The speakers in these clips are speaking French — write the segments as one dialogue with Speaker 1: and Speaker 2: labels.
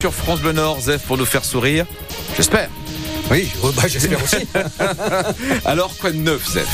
Speaker 1: Sur France Bleu Nord, Zef, pour nous faire sourire. J'espère.
Speaker 2: Oui, oh, bah, j'espère aussi.
Speaker 1: Alors, quoi de neuf, Zef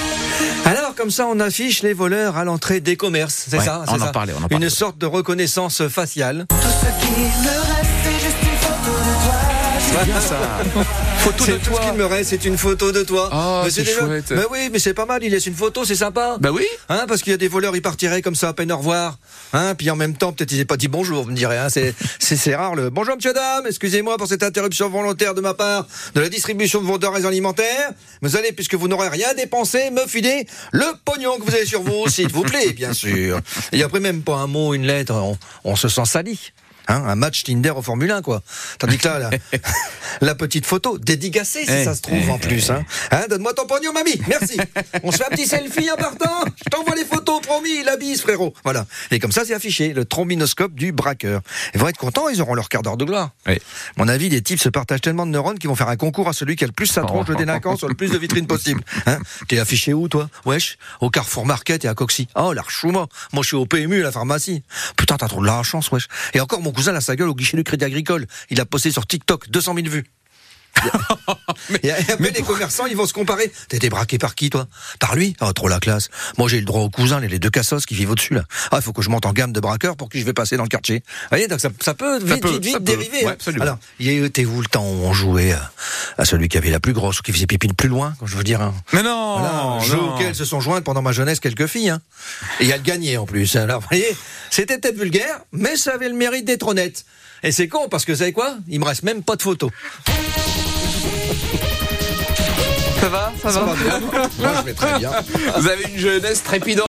Speaker 2: Alors, comme ça, on affiche les voleurs à l'entrée des commerces, c'est
Speaker 1: Ouais,
Speaker 2: ça
Speaker 1: on
Speaker 2: c'est
Speaker 1: en
Speaker 2: ça
Speaker 1: parlait, on en
Speaker 2: Une
Speaker 1: parlait.
Speaker 2: sorte de reconnaissance faciale.
Speaker 3: Tout ce qui me reste, c'est juste une photo de toi.
Speaker 1: Photo
Speaker 2: C'est tout ce qu'il me reste, c'est une photo de toi.
Speaker 1: Ah,
Speaker 2: Mais
Speaker 1: c'est chouette.
Speaker 2: Mais oui, mais c'est pas mal, il laisse une photo, c'est sympa.
Speaker 1: Bah oui.
Speaker 2: Hein, parce qu'il y a des voleurs, ils partiraient comme ça à peine au revoir. Hein, puis en même temps, peut-être ils n'aient pas dit bonjour, vous me direz. Hein, c'est, c'est, c'est rare le bonjour, monsieur, dame. Excusez-moi pour cette interruption volontaire de ma part de la distribution de vos denrées alimentaires. Vous allez, puisque vous n'aurez rien dépensé, me filer le pognon que vous avez sur vous, s'il vous plaît, bien sûr. Et après, même pas un mot, une lettre, on, on se sent sali. Hein, un match Tinder au Formule 1, quoi. Tandis que là, la, la petite photo, dédicacée, si
Speaker 1: Eh,
Speaker 2: ça se trouve,
Speaker 1: eh,
Speaker 2: en plus. Hein. Hein, Donne-moi ton pognon, mamie. Merci. On se fait un petit selfie en partant. Je t'envoie les photos, promis. La bise, frérot. Voilà. Et comme ça, c'est affiché. Le trombinoscope du braqueur. Ils vont être contents. Ils auront leur quart d'heure de gloire.
Speaker 1: Oui.
Speaker 2: Mon avis, les types se partagent tellement de neurones qu'ils vont faire un concours à celui qui a le plus sa tronche de délinquant sur le plus de vitrines possible. Hein T'es affiché où, toi Wesh Au Carrefour Market et à Coxy. Oh, l'archouma. Moi, je suis au PMU, à la pharmacie. Putain, t'as trop de la chance, wesh. Et encore, mon cousin a sa gueule au guichet du Crédit Agricole. Il a posté sur TikTok 200 000 vues. Et après, les commerçants, ils vont se comparer. T'as été braqué par qui, toi Par lui Oh, trop la classe. Moi, j'ai le droit aux cousins, les les deux cassos qui vivent au-dessus, là. Ah, il faut que je monte en gamme de braqueurs pour qui je vais passer dans le quartier. Vous voyez, donc ça, ça peut vite,
Speaker 1: peut,
Speaker 2: vite, vite
Speaker 1: ça peut.
Speaker 2: dériver.
Speaker 1: Ouais,
Speaker 2: hein.
Speaker 1: absolument.
Speaker 2: Alors, il y a eu, t'es où le temps où on jouait euh, à celui qui avait la plus grosse ou qui faisait pipi le plus loin, quand je veux dire. Hein.
Speaker 1: Mais non,
Speaker 2: Voilà, un jeu
Speaker 1: Oh, non.
Speaker 2: auquel se sont jointes pendant ma jeunesse quelques filles. Hein. Et a le gagné en plus. Alors, vous voyez, c'était peut-être vulgaire, mais ça avait le mérite d'être honnête. Et c'est con, parce que vous savez quoi Il me reste même pas de photos.
Speaker 1: Ça va, ça
Speaker 2: Moi, je vais très bien.
Speaker 1: Vous avez une jeunesse trépidante.